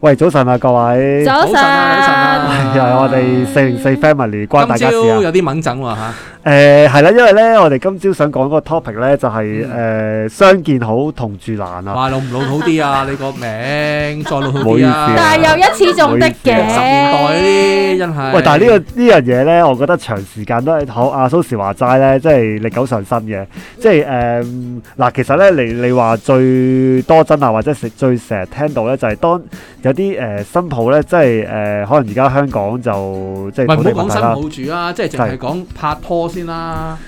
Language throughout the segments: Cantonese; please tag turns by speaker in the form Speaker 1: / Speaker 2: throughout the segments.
Speaker 1: 喂，早晨啊，各位，
Speaker 2: 早晨
Speaker 3: 早晨啊
Speaker 1: 又係我哋四零四 family 關大
Speaker 3: 今
Speaker 1: 家
Speaker 3: 朝
Speaker 1: 事啊！
Speaker 3: 有啲猛整喎嚇，
Speaker 1: 誒係啦，因為咧，我哋今朝想講嗰個 topic 咧，就係、誒、
Speaker 3: 嗯
Speaker 1: 相見好同住難啊！
Speaker 3: 話老唔老土啲 啊？你個名再老土
Speaker 1: 唔好意思
Speaker 3: 啲
Speaker 1: 啊
Speaker 3: 啊！
Speaker 2: 但係又一次仲得嘅。
Speaker 1: 唔好意思
Speaker 3: 十年代嗰啲真係。
Speaker 1: 喂，但係呢、個呢樣嘢咧，我覺得長時間都係好阿蘇時話齋咧，即係歷久常新嘅。即係誒嗱，其實咧，你你話最多真啊，或者食最成日聽到咧，就係、當有啲誒、新抱咧，即係誒、可能而家香港就即
Speaker 3: 唔係
Speaker 1: 係土地
Speaker 3: 唔好
Speaker 1: 問
Speaker 3: 講
Speaker 1: 題啦。
Speaker 3: 新抱住啊，即係淨係講拍拖先啦。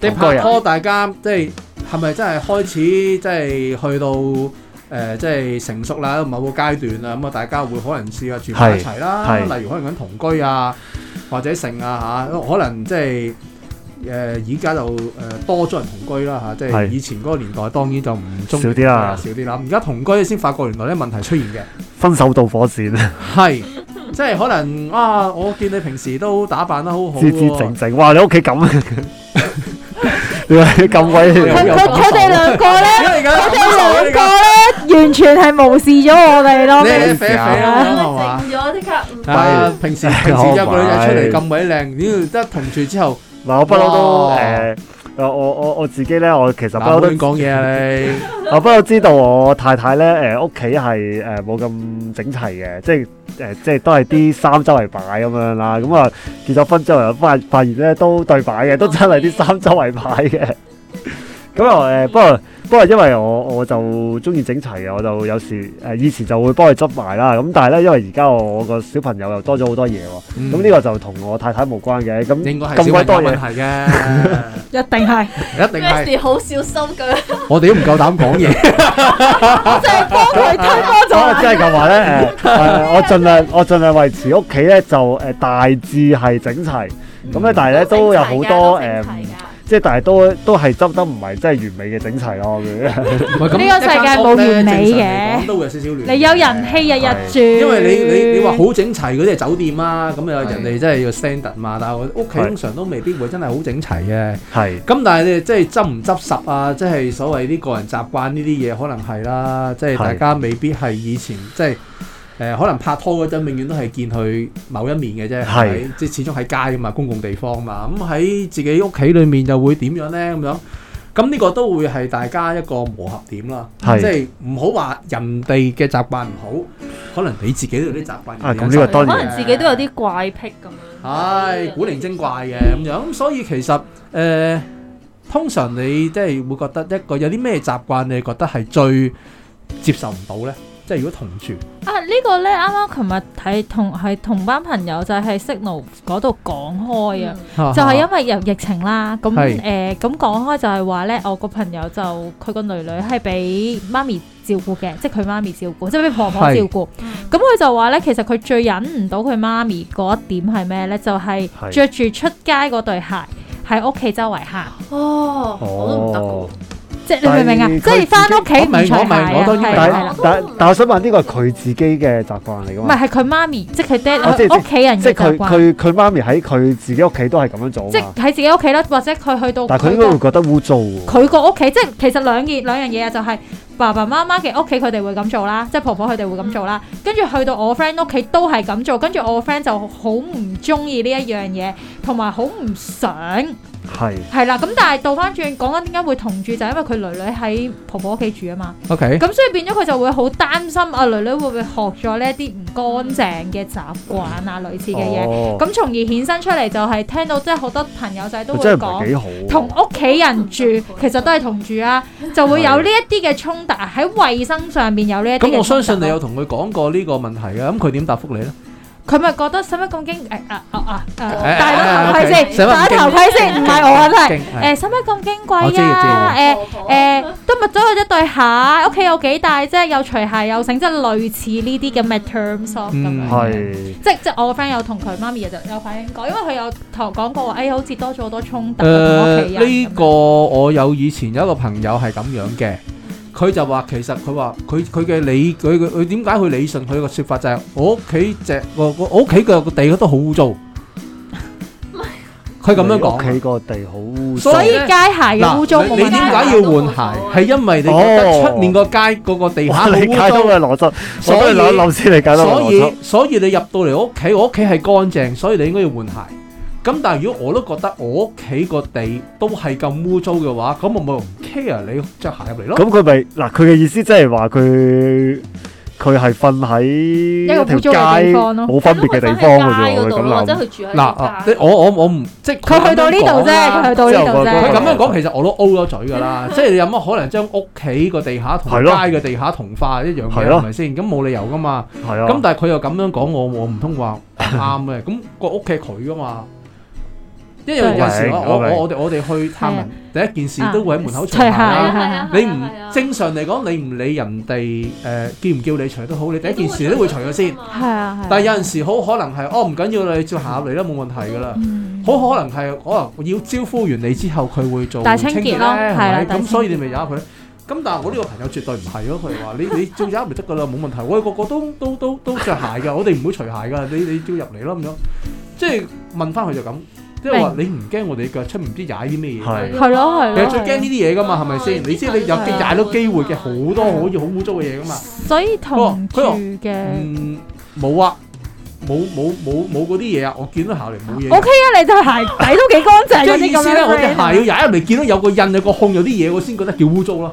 Speaker 3: 你
Speaker 1: 同居啊
Speaker 3: 拍拖，大家即係係咪真係開始即係去到誒、呃即係成熟啦，某個階段啦，咁啊大家會可能試下住埋一齊啦，
Speaker 1: 係係
Speaker 3: 例如可能揾同居啊，或者剩啊嚇，可能即係。誒而家就誒、呃多咗人同居啦嚇，即係
Speaker 1: 係
Speaker 3: 以前嗰個年代當然就唔中意
Speaker 1: 少啲啦
Speaker 3: 少啲啦。而家同居先發覺原來咧問題出現嘅。
Speaker 1: 分手導火線，
Speaker 3: 係，即係可能啊！我見你平時都打扮得好啊好
Speaker 1: 姿姿
Speaker 3: 喎
Speaker 1: 整，整。哇！你屋企咁啊，你話你咁鬼啊
Speaker 2: 佢
Speaker 3: 有
Speaker 2: 佢
Speaker 3: 感受
Speaker 2: 佢哋兩個咧，
Speaker 3: 而家
Speaker 2: 佢
Speaker 3: 而家
Speaker 2: 哋
Speaker 3: 你
Speaker 2: 兩個咧，完全係無視咗我哋咯。
Speaker 3: 你
Speaker 2: 明唔
Speaker 3: 你
Speaker 2: 明
Speaker 3: 肥肥啦，係嘛？
Speaker 4: 整咗即刻唔
Speaker 3: 啊！平時平時約個女仔出嚟咁鬼靚，屌得同住之後，
Speaker 1: 嗱，我不嬲都
Speaker 3: 哇
Speaker 1: 誒，我我我我自己咧，我其實不
Speaker 3: 嗱，唔好
Speaker 1: 嬲都
Speaker 3: 亂，講嘢啊
Speaker 1: 我哦不嬲知道我太太咧誒屋企係誒冇咁整齊嘅，即係誒即係都係啲衫周圍擺咁樣啦。咁啊結咗婚之後又發發現咧都對擺嘅，都真係啲衫周圍擺嘅。咁啊誒，不過不過因為我我就中意整齊嘅，我就有時誒以前就會幫佢執埋啦。咁但係咧，因為而家我個小朋友又多咗好多嘢喎，
Speaker 3: 你。
Speaker 1: 咁呢個就同我太太無關嘅。咁
Speaker 3: 應該係
Speaker 1: 咁
Speaker 3: 小
Speaker 1: 鬼多
Speaker 3: 朋友
Speaker 1: 嘢
Speaker 3: 問。 題嘅，
Speaker 2: 一定係，
Speaker 3: 一定係
Speaker 4: Messi 好小心 咁，
Speaker 3: 我哋都唔夠膽講嘢。
Speaker 2: 我 就係幫佢推波
Speaker 1: 所以
Speaker 2: 咗。
Speaker 1: 啊即係咁話咧，誒、誒我盡量我盡量維持屋企咧就誒、大致係整齊，咁
Speaker 2: 嗯
Speaker 1: 咧但係咧都有好多誒、
Speaker 2: 啊
Speaker 1: 即係但係都都係執得唔係真係完美嘅整齊咯。咁
Speaker 3: 喂咁
Speaker 2: 呢個世界冇完美嘅
Speaker 3: 一間屋呢正常嚟講都會有少少亂。
Speaker 2: 你有人氣日日住，
Speaker 3: 因為你你你話好整齊嗰啲係酒店啊，咁啊人哋真係要 standard 嘛，但係我屋企
Speaker 1: 係
Speaker 3: 通常都未必會真係好整齊嘅。
Speaker 1: 係
Speaker 3: 咁但係你即係執唔執拾啊，即係所謂啲個人習慣呢啲嘢，可能係啦，即係
Speaker 1: 係
Speaker 3: 大家未必係以前即係。誒、可能拍拖嗰陣，永遠都係見佢某一面嘅啫，係咪即係始終喺街啊嘛，公共地方嘛。咁喺自己屋企裏面又會點樣呢？咁樣咁呢個都會係大家一個磨合點啦，即
Speaker 1: 係
Speaker 3: 係唔好話人哋嘅習慣唔好，可能你自己都有啲習慣。
Speaker 1: 啊咁呢個當然
Speaker 4: 可能自己都有啲怪癖咁樣。
Speaker 3: 唉，古靈精怪嘅咁樣，咁所以其實誒、呃通常你即係會覺得一個有啲咩習慣，你覺得係最接受唔到咧？即係如果同住，
Speaker 2: 啊呢個咧，啱啱琴日睇同係同班朋友就係 Signal 嗰度講開啊。就係因為由疫情啦，咁
Speaker 3: 係
Speaker 2: 誒咁講開就係話咧，我個朋友就佢個女女係俾媽咪照顧嘅，即係佢媽咪照顧，即係俾婆婆照顧。
Speaker 4: 嗯
Speaker 2: 咁佢就話咧，其實佢最忍唔到佢媽咪嗰一點係咩咧？就係、
Speaker 1: 係
Speaker 2: 着住出街嗰對鞋喺屋企周圍行，
Speaker 4: 哦，我都唔得
Speaker 1: 哦
Speaker 4: 喎。，
Speaker 2: 即係你明唔明啊？
Speaker 1: 但係
Speaker 2: 即係翻屋企唔除
Speaker 3: 我
Speaker 2: 鞋
Speaker 3: 明我明我
Speaker 2: 啊，
Speaker 3: 當然明
Speaker 2: 係
Speaker 1: 但
Speaker 2: 啦係
Speaker 1: 係
Speaker 2: 啦，
Speaker 1: 但但我想問呢個係佢自己嘅習慣嚟㗎
Speaker 2: 唔
Speaker 1: 嘛
Speaker 2: 係？係佢媽咪，即係佢爹
Speaker 1: 哦即係
Speaker 2: 佢屋企人
Speaker 1: 即係
Speaker 2: 嘅
Speaker 1: 佢
Speaker 2: 習慣，
Speaker 1: 佢佢媽咪喺佢自己屋企都係咁樣做
Speaker 2: 即
Speaker 1: 啊
Speaker 2: 係
Speaker 1: 嘛，
Speaker 2: 喺自己屋企啦，或者佢去到
Speaker 1: 但係佢
Speaker 2: 佢
Speaker 1: 應該
Speaker 2: 個
Speaker 1: 會覺得污糟喎。
Speaker 2: 佢個屋企，即係其實兩件兩樣嘢啊，就係爸爸媽媽嘅屋企佢哋會咁做啦，即係婆婆佢哋會咁做啦。
Speaker 1: 嗯
Speaker 2: 跟住去到我 friend 屋企都係咁做，跟住我 friend 就好唔中意呢一樣嘢，同埋好唔想
Speaker 1: 係
Speaker 2: 係啦。咁但係倒翻轉講緊點解會同住，就係因為佢女女喺婆婆屋企住啊嘛。
Speaker 1: 嗯
Speaker 3: OK，
Speaker 2: 咁所以變咗佢就會好擔心啊，女女會唔會學咗呢一啲唔乾淨嘅習慣啊，類似嘅嘢。
Speaker 1: 哦，
Speaker 2: 咁從而衍生出嚟就係聽到即係好多朋友仔都
Speaker 1: 佢
Speaker 2: 會
Speaker 1: 真係唔
Speaker 2: 講
Speaker 1: 係。幾好喎。
Speaker 2: 同屋企人住其實都係同住啊，就會有呢一啲嘅衝突喺衞生上面有呢一啲嘅衝突
Speaker 3: 咁
Speaker 2: 咯。
Speaker 3: 我相信你有同佢講過呢個問題嘅，咁佢點答覆你咧？
Speaker 2: 佢咪覺得使乜咁驚？誒啊啊啊！誒
Speaker 3: 誒
Speaker 2: 戴咗頭盔
Speaker 3: 誒
Speaker 2: 先，
Speaker 3: 誒使乜咁
Speaker 2: 戴咗頭盔先，唔係我啊，真係
Speaker 3: 驚係
Speaker 2: 誒使乜咁矜
Speaker 3: 我知
Speaker 2: 貴啊？誒
Speaker 3: 嘅
Speaker 2: 誒都咪咗佢一對鞋，屋企有幾大啫？又除鞋又剩，即係類似呢啲咁嘅 terms 咯咁
Speaker 3: 嗯
Speaker 2: 樣。
Speaker 1: 係
Speaker 2: 即即我個 friend 有同佢媽咪就有反應過，因為佢有同我講過話，誒哎好似多咗好多衝突啊同屋企
Speaker 3: 誒
Speaker 2: 人咁
Speaker 3: 呢
Speaker 2: 樣。
Speaker 3: 個我有以前有一個朋友係咁樣嘅，佢就話其實佢話佢佢嘅理佢佢佢點解佢理順佢個説法就係我屋企只個個我屋企嘅個地都好污糟。佢咁樣講啊
Speaker 1: 屋企個地好污糟
Speaker 3: 所
Speaker 2: 所以
Speaker 3: 以
Speaker 2: 街
Speaker 3: 呢
Speaker 2: 鞋嘅污糟
Speaker 3: 嗱，
Speaker 2: 冇
Speaker 3: 你
Speaker 2: 問
Speaker 3: 你點解
Speaker 2: 題。
Speaker 3: 要換鞋？係因為你覺得出面個街嗰個地下
Speaker 1: 哇
Speaker 3: 好
Speaker 1: 你
Speaker 3: 污
Speaker 1: 解到
Speaker 3: 糟，
Speaker 1: 嘅邏輯，
Speaker 3: 所以
Speaker 1: 我都係諗一諗先，你解到
Speaker 3: 所
Speaker 1: 嘅邏輯
Speaker 3: 以。所以你入到嚟我屋企，我屋企係乾淨，所以你應該要換鞋。咁但係如果我都覺得我屋企個地都係咁污糟嘅話，咁我咪唔 care 你着鞋入嚟咯。
Speaker 1: 咁佢咪嗱，佢嘅意思即係話佢佢係瞓喺一
Speaker 2: 個
Speaker 1: 條
Speaker 2: 污糟嘅
Speaker 1: 街
Speaker 2: 地方咯
Speaker 1: 冇分別嘅地方嘅啫喎，佢
Speaker 4: 佢咁
Speaker 1: 咁諗。
Speaker 4: 即係佢住喺
Speaker 3: 嗱，啊
Speaker 4: 個
Speaker 3: 你
Speaker 4: 街
Speaker 3: 我我我唔即係
Speaker 2: 佢去到呢
Speaker 3: 咁樣
Speaker 2: 度啫，
Speaker 3: 講啦
Speaker 2: 佢去到呢度
Speaker 3: 佢
Speaker 2: 啫。
Speaker 3: 咁樣講，其實我都 O 咗嘴㗎 啦，即係你有乜可能將屋企個地下同
Speaker 1: 係
Speaker 3: 街
Speaker 1: 咯
Speaker 3: 嘅地下同化一樣
Speaker 1: 係
Speaker 3: 嘢，
Speaker 1: 咯
Speaker 3: 係咪先？咁冇理由㗎嘛。
Speaker 1: 係啊，
Speaker 3: 咁但係佢又咁樣講我，我唔通話唔啱嘅？咁個屋企係佢㗎嘛。因為有
Speaker 2: 對
Speaker 3: 時我我
Speaker 1: 我明
Speaker 3: 我我哋我哋去探人，第一件事都會喺門口除鞋
Speaker 2: 係啊
Speaker 3: 啦。
Speaker 4: 係啊
Speaker 3: 你唔
Speaker 4: 係啊
Speaker 3: 正常嚟講，你唔理人哋誒叫唔叫你除都好，你第一件事都會除咗先。
Speaker 2: 係啊，係啊
Speaker 3: 但係有陣時好可能係哦唔緊要，你照下入嚟啦，冇問題㗎啦。
Speaker 2: 嗯
Speaker 3: 好可能係可能要招呼完你之後，佢會做
Speaker 2: 大清潔
Speaker 3: 潔
Speaker 2: 咯
Speaker 3: 咧
Speaker 2: 係啦
Speaker 3: 係咪
Speaker 2: 大
Speaker 3: 咁
Speaker 2: 清
Speaker 3: 所以你咪由佢。咁但係我呢個朋友絕對唔係咯，佢話你你照入嚟得㗎啦，冇問題。我哋個個都都都都著鞋㗎，我哋唔會除鞋㗎。你你照入嚟啦咁樣，即係問翻佢就咁，即係話你唔驚我哋腳出面唔知踩啲咩嘢
Speaker 1: 係
Speaker 3: 㗎。
Speaker 2: 係咯係
Speaker 3: 你係
Speaker 2: 咯
Speaker 3: 最驚呢啲嘢㗎嘛，係咪先？你知你有機踩到機會嘅好多可以好污糟嘅嘢㗎嘛。
Speaker 2: 所以同住嘅
Speaker 3: 嗯，冇啊，冇冇冇冇嗰啲嘢啊，我見到下嚟冇嘢㗎。
Speaker 2: O K 啊，你 對鞋底都幾乾淨
Speaker 3: 即
Speaker 2: 嗰
Speaker 3: 係
Speaker 2: 啲
Speaker 3: 意思
Speaker 2: 咁
Speaker 3: 咧，我隻
Speaker 2: 樣嘅。
Speaker 3: 鞋要踩入嚟，見到有個印、有個空、有啲嘢，我先覺得叫污糟啦。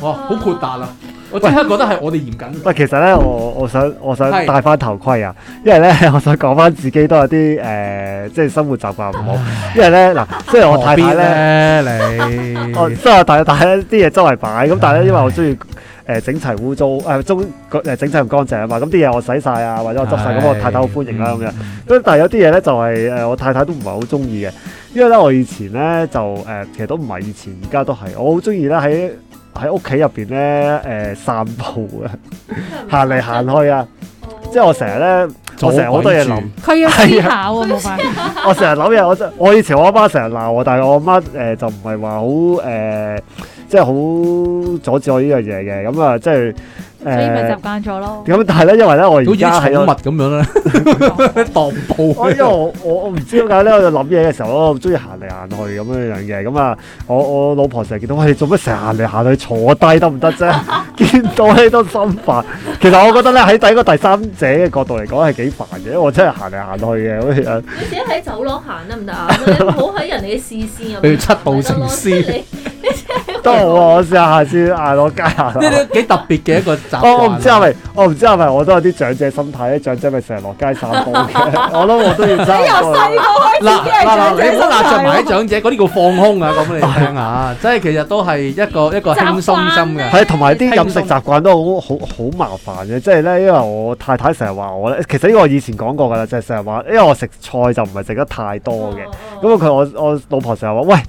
Speaker 3: 哇，好豁達啊！我即刻覺得係我哋嚴謹。
Speaker 1: 喂，其實咧，我我想我想
Speaker 3: 係
Speaker 1: 戴翻頭盔啊，因為咧， 我想講翻自己都有啲誒、呃即係生活習慣唔好。因為咧，嗱，雖然我太太咧，
Speaker 3: 咧，你
Speaker 1: 我雖然我太太咧啲嘢周圍擺，咁但係咧，因為我中意誒整齊污糟，誒中誒整齊唔乾淨啊嘛，咁啲嘢我洗晒啊，或者我執晒，咁我太太好歡迎啦咁樣。咁但係有啲嘢咧就係、呃誒我太太都唔係好中意嘅，因為咧我以前咧就誒、其實都唔係以前，而家都係我好中意咧喺喺屋企入邊咧誒散步啊，行嚟行去啊，即係我成日咧，我成日好多嘢諗。
Speaker 2: 佢要思考啊，冇辦法。
Speaker 1: 我成日諗嘢，我真我以前我阿媽成日鬧我，但係我阿媽誒就唔係話好誒，即係好阻止我呢樣嘢嘅。咁啊，即係
Speaker 2: 所以咪
Speaker 1: 誒
Speaker 2: 習慣咗咯。
Speaker 1: 咁，但係咧，因為咧我而家
Speaker 3: 好似
Speaker 1: 喺
Speaker 3: 啲寵
Speaker 1: 我
Speaker 3: 物咁樣咧，當鋪。
Speaker 1: 我因為我我我唔知點解咧，我就諗嘢嘅時候，我中意行嚟行去咁樣樣嘅。咁啊，我我老婆成日見到，喂，你做乜成日行嚟行去坐低得唔得 啫？見到咧都心煩。其實我覺得咧喺第一個第三者嘅角度嚟講係幾煩嘅，因為我真係行嚟行去嘅好似啊
Speaker 4: 你自己喺走廊行得唔得啊？你唔好喺人哋嘅視線
Speaker 3: 你
Speaker 4: 入
Speaker 3: 要
Speaker 4: 面
Speaker 3: 七步成詩
Speaker 4: 得咯
Speaker 1: 都好啊！我試下下次行落街行落
Speaker 3: 呢啲幾特別嘅一個習慣。
Speaker 1: 哦我我唔知係咪，我唔知係咪我都有啲長者心態咧，長者咪成日落街散步 嘅，我都我都要
Speaker 2: 你由細
Speaker 1: 爭。
Speaker 2: 個開始
Speaker 3: 嗱嗱
Speaker 2: 嘅長
Speaker 3: 嗱，
Speaker 2: 者
Speaker 3: 你唔好
Speaker 2: 心
Speaker 3: 辣着
Speaker 2: 態
Speaker 3: 埋
Speaker 2: 咯
Speaker 3: 啲長者，嗰啲叫放空啊！講俾你聽啊，即係其實都係一個一個輕鬆心嘅。
Speaker 1: 係，同埋啲飲食習慣都好好好麻煩嘅，即係咧，因為我太太成日話我咧，其實呢個我以前講過㗎啦，就係成日話，因為我食菜就唔係食得太多嘅，咁
Speaker 4: 咁
Speaker 1: 啊佢我我老婆成日話，喂，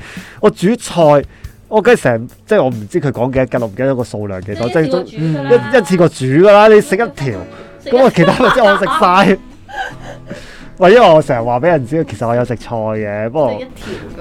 Speaker 1: 我煮菜，我梗係成，即係我唔知佢講幾多斤，我唔記得個數量幾多，即係都一一次過煮㗎啦，你食一啊條。咁我其他咪即係我食晒。 喂，因為我成日話俾人知，其實我有食菜嘅，不過
Speaker 4: 一條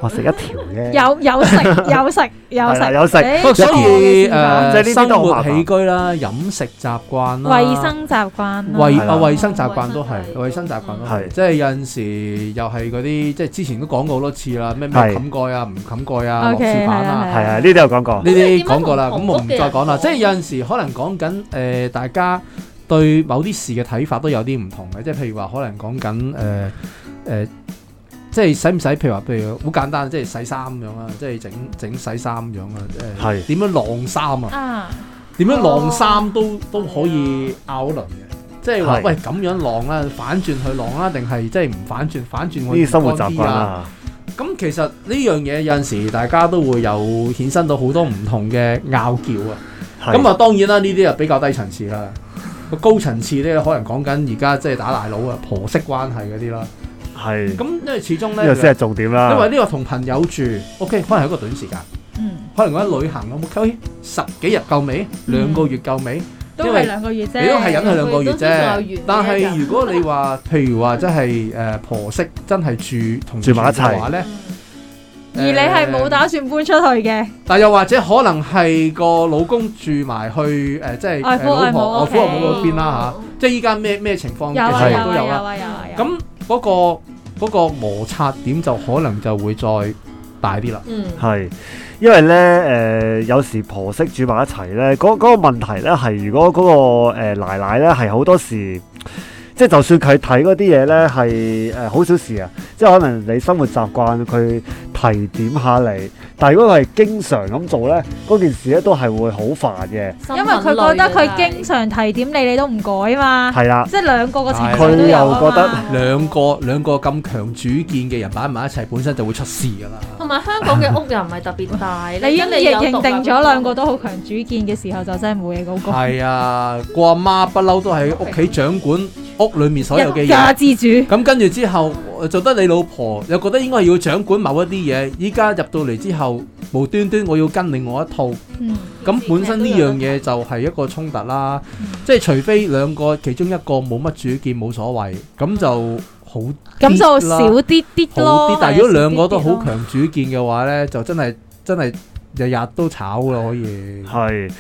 Speaker 1: 我食一條啫。
Speaker 2: 有有食有食有
Speaker 1: 係啦
Speaker 2: 食
Speaker 1: 有食
Speaker 2: 誒
Speaker 3: 不過所以
Speaker 2: 有嘅
Speaker 1: 即
Speaker 3: 誒，
Speaker 1: 係呢
Speaker 3: 生
Speaker 1: 啲都好
Speaker 3: 活
Speaker 1: 麻煩
Speaker 3: 起居啦、飲食習慣啦、
Speaker 2: 衛生啊習慣啦
Speaker 3: 衞
Speaker 1: 係啦
Speaker 3: 啊衞生習慣都係，衞生習慣都係，
Speaker 1: 係
Speaker 3: 即係有陣時又係嗰啲，即係之前都講過好多次啦，咩咩
Speaker 1: 係
Speaker 3: 冚蓋啊、唔冚蓋啊、落
Speaker 2: OK，
Speaker 3: 士板啊，
Speaker 2: 係
Speaker 1: 係啊，呢啲有講過。
Speaker 3: 呢啲講過啦，
Speaker 4: 咁
Speaker 3: 咁
Speaker 4: 你
Speaker 3: 我唔
Speaker 4: 點樣同同屋嘅
Speaker 3: 再講啦。
Speaker 4: 人講
Speaker 3: 即係有陣時可能講緊誒，大家對某啲事嘅睇法都有啲唔同嘅，即係譬如話可能講緊誒誒。即係使唔使？譬如話，譬如好簡單，即係洗衫咁樣啦，即係整整洗衫咁樣啦，誒
Speaker 1: 係
Speaker 3: 點樣晾衫啊？
Speaker 2: 啊
Speaker 3: 點樣晾衫
Speaker 4: 哦
Speaker 3: 都都可以拗一輪嘅，即係話
Speaker 1: 係
Speaker 3: 喂咁樣晾啦，反轉去晾啦，定係即係唔反轉，反轉
Speaker 1: 呢
Speaker 3: 我
Speaker 1: 啲生活
Speaker 3: 乾
Speaker 1: 習
Speaker 3: 啲啊
Speaker 1: 慣。啦，
Speaker 3: 咁其實呢樣嘢有陣時大家都會有衍生到好多唔同嘅拗撬啊。咁
Speaker 1: 咁啊，
Speaker 3: 啊當然啦，呢啲就比較低層次啦。個高層次咧，可能講緊而家即係打大佬啊，婆媳關係嗰啲啦。
Speaker 1: 係
Speaker 3: 咁因為始終
Speaker 1: 呢個
Speaker 3: 咧，
Speaker 1: 先係啊重點啦。
Speaker 3: 因為呢個同朋友住，OK，可能係一個短時間，
Speaker 2: 嗯
Speaker 3: 可能講緊旅行咁，OK，十幾日夠未？兩個月夠未？
Speaker 2: 都
Speaker 3: 因為
Speaker 2: 係兩個月啫
Speaker 3: 你都係忍佢兩個月
Speaker 4: 佢都仲有
Speaker 3: 啫
Speaker 4: 緣。
Speaker 3: 但係如果你話，譬如話真係誒婆媳真係住同
Speaker 1: 住埋一齊
Speaker 3: 嘅話咧，
Speaker 2: 而你係冇
Speaker 3: 誒，
Speaker 2: 打算搬出去嘅
Speaker 3: 但又或者可能係個老公住埋去呃誒，即係
Speaker 2: 外
Speaker 3: 誒
Speaker 2: 父
Speaker 3: 老
Speaker 2: 外母
Speaker 3: 婆外
Speaker 2: OK
Speaker 3: 父外
Speaker 4: 哦
Speaker 3: 母嗰邊啦吓，即係依家咩咩情況
Speaker 2: 有啊有
Speaker 3: 嘅情況都
Speaker 2: 啊
Speaker 3: 有
Speaker 2: 有
Speaker 3: 啦。
Speaker 2: 啊有啊有啊
Speaker 3: 咁嗰個嗰個摩擦點就可能就會再大啲啦。
Speaker 4: 嗯，
Speaker 1: 係，因為咧誒、呃有時婆媳住埋一齊咧，嗰、嗰個問題咧係，如果嗰、個、呃、奶奶咧係好多時，即係就算佢睇嗰啲嘢咧係誒好小事啊，即係可能你生活習慣佢提點下你，但係如果佢係經常咁做咧，嗰件事咧都係會好煩嘅，
Speaker 4: 心
Speaker 2: 因為佢
Speaker 4: 很累
Speaker 2: 覺得佢
Speaker 4: 啊
Speaker 2: 經常提點你，你都唔改嘛，
Speaker 1: 係啦。
Speaker 2: 即係兩個個情
Speaker 3: 佢
Speaker 2: 緒都有啊
Speaker 1: 又覺得
Speaker 2: 嘛。
Speaker 3: 兩個兩個咁強主見嘅人擺埋一齊，本身就會出事㗎啦。
Speaker 4: 同埋香港嘅屋又唔係特別大，
Speaker 2: 你已經
Speaker 4: 跟有獨立
Speaker 2: 認
Speaker 4: 屋
Speaker 2: 定咗兩個都好強主見嘅時候，就真係冇嘢好講。
Speaker 3: 係啊，個阿媽不嬲都喺屋企掌管屋裏面所有嘅
Speaker 2: 一
Speaker 3: 嘢
Speaker 2: 家。之主，
Speaker 3: 咁跟住之後，做得你老婆又覺得應該要掌管某一啲嘢，依家入到嚟之後，無端端我要跟另外一套，
Speaker 2: 嗯，
Speaker 3: 咁本身呢樣嘢就係一個衝突啦
Speaker 2: 嗯。
Speaker 3: 即係除非兩個其中一個冇乜主見冇所謂，咁就好
Speaker 2: 咁就
Speaker 3: 啲啦
Speaker 2: 少啲啲
Speaker 3: 好
Speaker 2: 咯。
Speaker 3: 啲。但係如果兩個都
Speaker 2: 少啲
Speaker 3: 好
Speaker 2: 咯，
Speaker 3: 強主見嘅話呢，就真係真係日日都炒啦，可以。
Speaker 1: 係，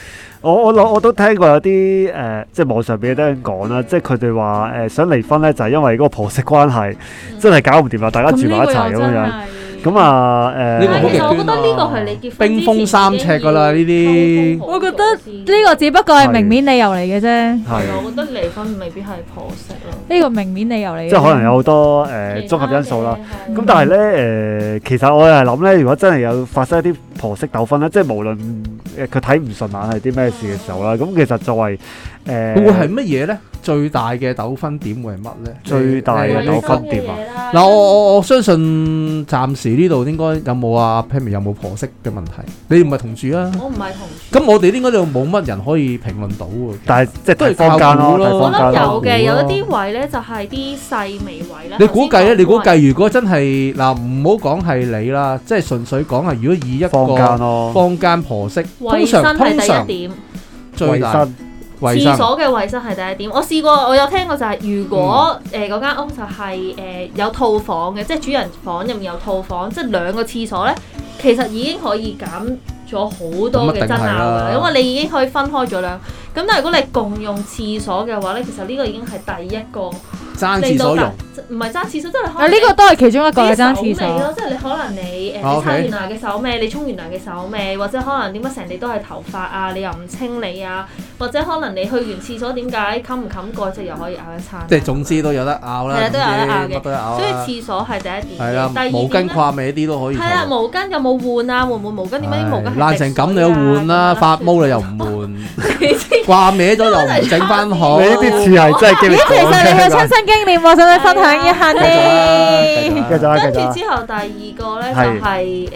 Speaker 1: 我我諗我都聽過有啲誒、呃即係網上邊都有人講啦，即係佢哋話誒想離婚咧，就係、因為嗰個婆媳關係真係搞唔掂啦，啊大家住埋一齊咁樣樣。
Speaker 2: 咁
Speaker 1: 咁啊誒，
Speaker 3: 呢個好
Speaker 4: 但
Speaker 3: 極端
Speaker 4: 係其實我覺得呢個係你結婚
Speaker 3: 啊冰封三尺㗎啦呢啲
Speaker 2: 我覺得呢個只不過係明面理由嚟嘅啫，呢
Speaker 1: 係
Speaker 4: 係啊我覺得離婚未必係婆媳咯，
Speaker 2: 個明面理由嚟嘅啫。
Speaker 1: 即係可能有好多誒、呃、綜合因素啦。
Speaker 4: 其他
Speaker 1: 咁
Speaker 4: 嘅係。
Speaker 1: 但係咧誒，其實我係諗咧，如果真係有發生一啲婆媳糾紛咧，即係無論誒佢睇唔順眼係啲咩事嘅時候啦，咁其實作為誒、呃
Speaker 3: 會係乜嘢呢？最大嘅糾紛點會係乜呢？
Speaker 1: 最大嘅
Speaker 3: 你你
Speaker 1: 糾紛
Speaker 4: 你
Speaker 1: 點啊
Speaker 4: 講嘅嘢啦
Speaker 3: 嗱，我我我相信暫時呢度應該有冇啊 Pammy 有冇婆媳嘅問題？你唔係同住啊？
Speaker 4: 我唔係同住。
Speaker 3: 咁我哋應該就冇乜人可以評論到喎。
Speaker 1: 但係即係
Speaker 3: 都
Speaker 1: 睇
Speaker 3: 係
Speaker 1: 坊間
Speaker 3: 靠
Speaker 1: 咯，
Speaker 3: 估咯
Speaker 1: 睇
Speaker 4: 我
Speaker 1: 坊
Speaker 4: 諗
Speaker 1: 間咯
Speaker 4: 有嘅，有
Speaker 3: 我
Speaker 4: 一
Speaker 3: 估咯
Speaker 4: 啲位咧就係啲細微位啦。
Speaker 3: 你估計咧？啊你估
Speaker 4: 頭先
Speaker 3: 計如果真係嗱，唔好講係你啦，即係純粹講係如果以一
Speaker 1: 坊間
Speaker 3: 個
Speaker 1: 咯，
Speaker 3: 坊間婆媳，
Speaker 4: 講過
Speaker 3: 通
Speaker 4: 衞
Speaker 3: 常
Speaker 4: 生
Speaker 3: 通
Speaker 4: 係
Speaker 3: 常
Speaker 4: 第一點。
Speaker 3: 最
Speaker 1: 衞
Speaker 3: 大
Speaker 1: 生
Speaker 3: 衞
Speaker 4: 廁
Speaker 3: 生
Speaker 4: 所嘅衞生係第一點。我試過，我有聽過就係、如果
Speaker 3: 嗯
Speaker 4: 誒嗰間屋就係、誒、有套房嘅，即係主人房入面有套房，即係兩個廁所咧，其實已經可以減咗好多嘅
Speaker 3: 咁一
Speaker 4: 爭拗㗎啦
Speaker 3: 定係啦，
Speaker 4: 因為你已經可以分開咗兩。咁但係如果你共用廁所嘅話咧，其實呢個已經係第一個
Speaker 3: 爭廁
Speaker 4: 你
Speaker 3: 所用
Speaker 4: 到達，唔係爭廁所，即係你可
Speaker 2: 啊，
Speaker 4: 能
Speaker 2: 呢個都係其中一個
Speaker 4: 你
Speaker 2: 嘅
Speaker 4: 嘅
Speaker 2: 爭
Speaker 4: 手
Speaker 2: 廁
Speaker 4: 尾
Speaker 2: 所。
Speaker 4: 咯，即係你可能你
Speaker 3: 啊
Speaker 4: 誒、你刷
Speaker 3: OK
Speaker 4: 完牙嘅手尾，你沖完牙嘅手尾，或者可能點解成地都係頭髮啊，你又唔清理啊，或者可能你去完廁所點解冚唔冚蓋即又可以拗一餐啊，
Speaker 3: 即係總之都有得拗啦，
Speaker 4: 係啦都有得拗
Speaker 3: 總之乜
Speaker 4: 嘅
Speaker 3: 都有得拗
Speaker 4: 所以
Speaker 3: 啦。
Speaker 4: 廁所係第一點
Speaker 3: 係啦
Speaker 4: 嘅，第，二
Speaker 3: 毛
Speaker 4: 點
Speaker 3: 巾
Speaker 4: 咧
Speaker 3: 掛尾啲都可以
Speaker 4: 係啦，
Speaker 3: 做。
Speaker 4: 毛巾有冇換啊？換唔換毛巾？點解啲毛巾係
Speaker 3: 爛成咁你都換啦，
Speaker 4: 滴水啊
Speaker 3: 發毛你又唔換。
Speaker 4: 你知
Speaker 3: 掛歪咗又唔整翻好。
Speaker 1: 你呢啲似係真係經歷
Speaker 2: 咦，其
Speaker 1: 過
Speaker 2: 實你有
Speaker 1: 嘅
Speaker 2: 親身經驗喎，想唔想分享一下
Speaker 3: 繼續啦繼
Speaker 2: 呢？
Speaker 1: 啊
Speaker 3: 續啦
Speaker 1: 繼續啦，
Speaker 4: 跟
Speaker 1: 繼
Speaker 4: 住
Speaker 3: 啊
Speaker 1: 續啦。
Speaker 4: 之後，第二個咧就
Speaker 1: 係
Speaker 4: 係、誒、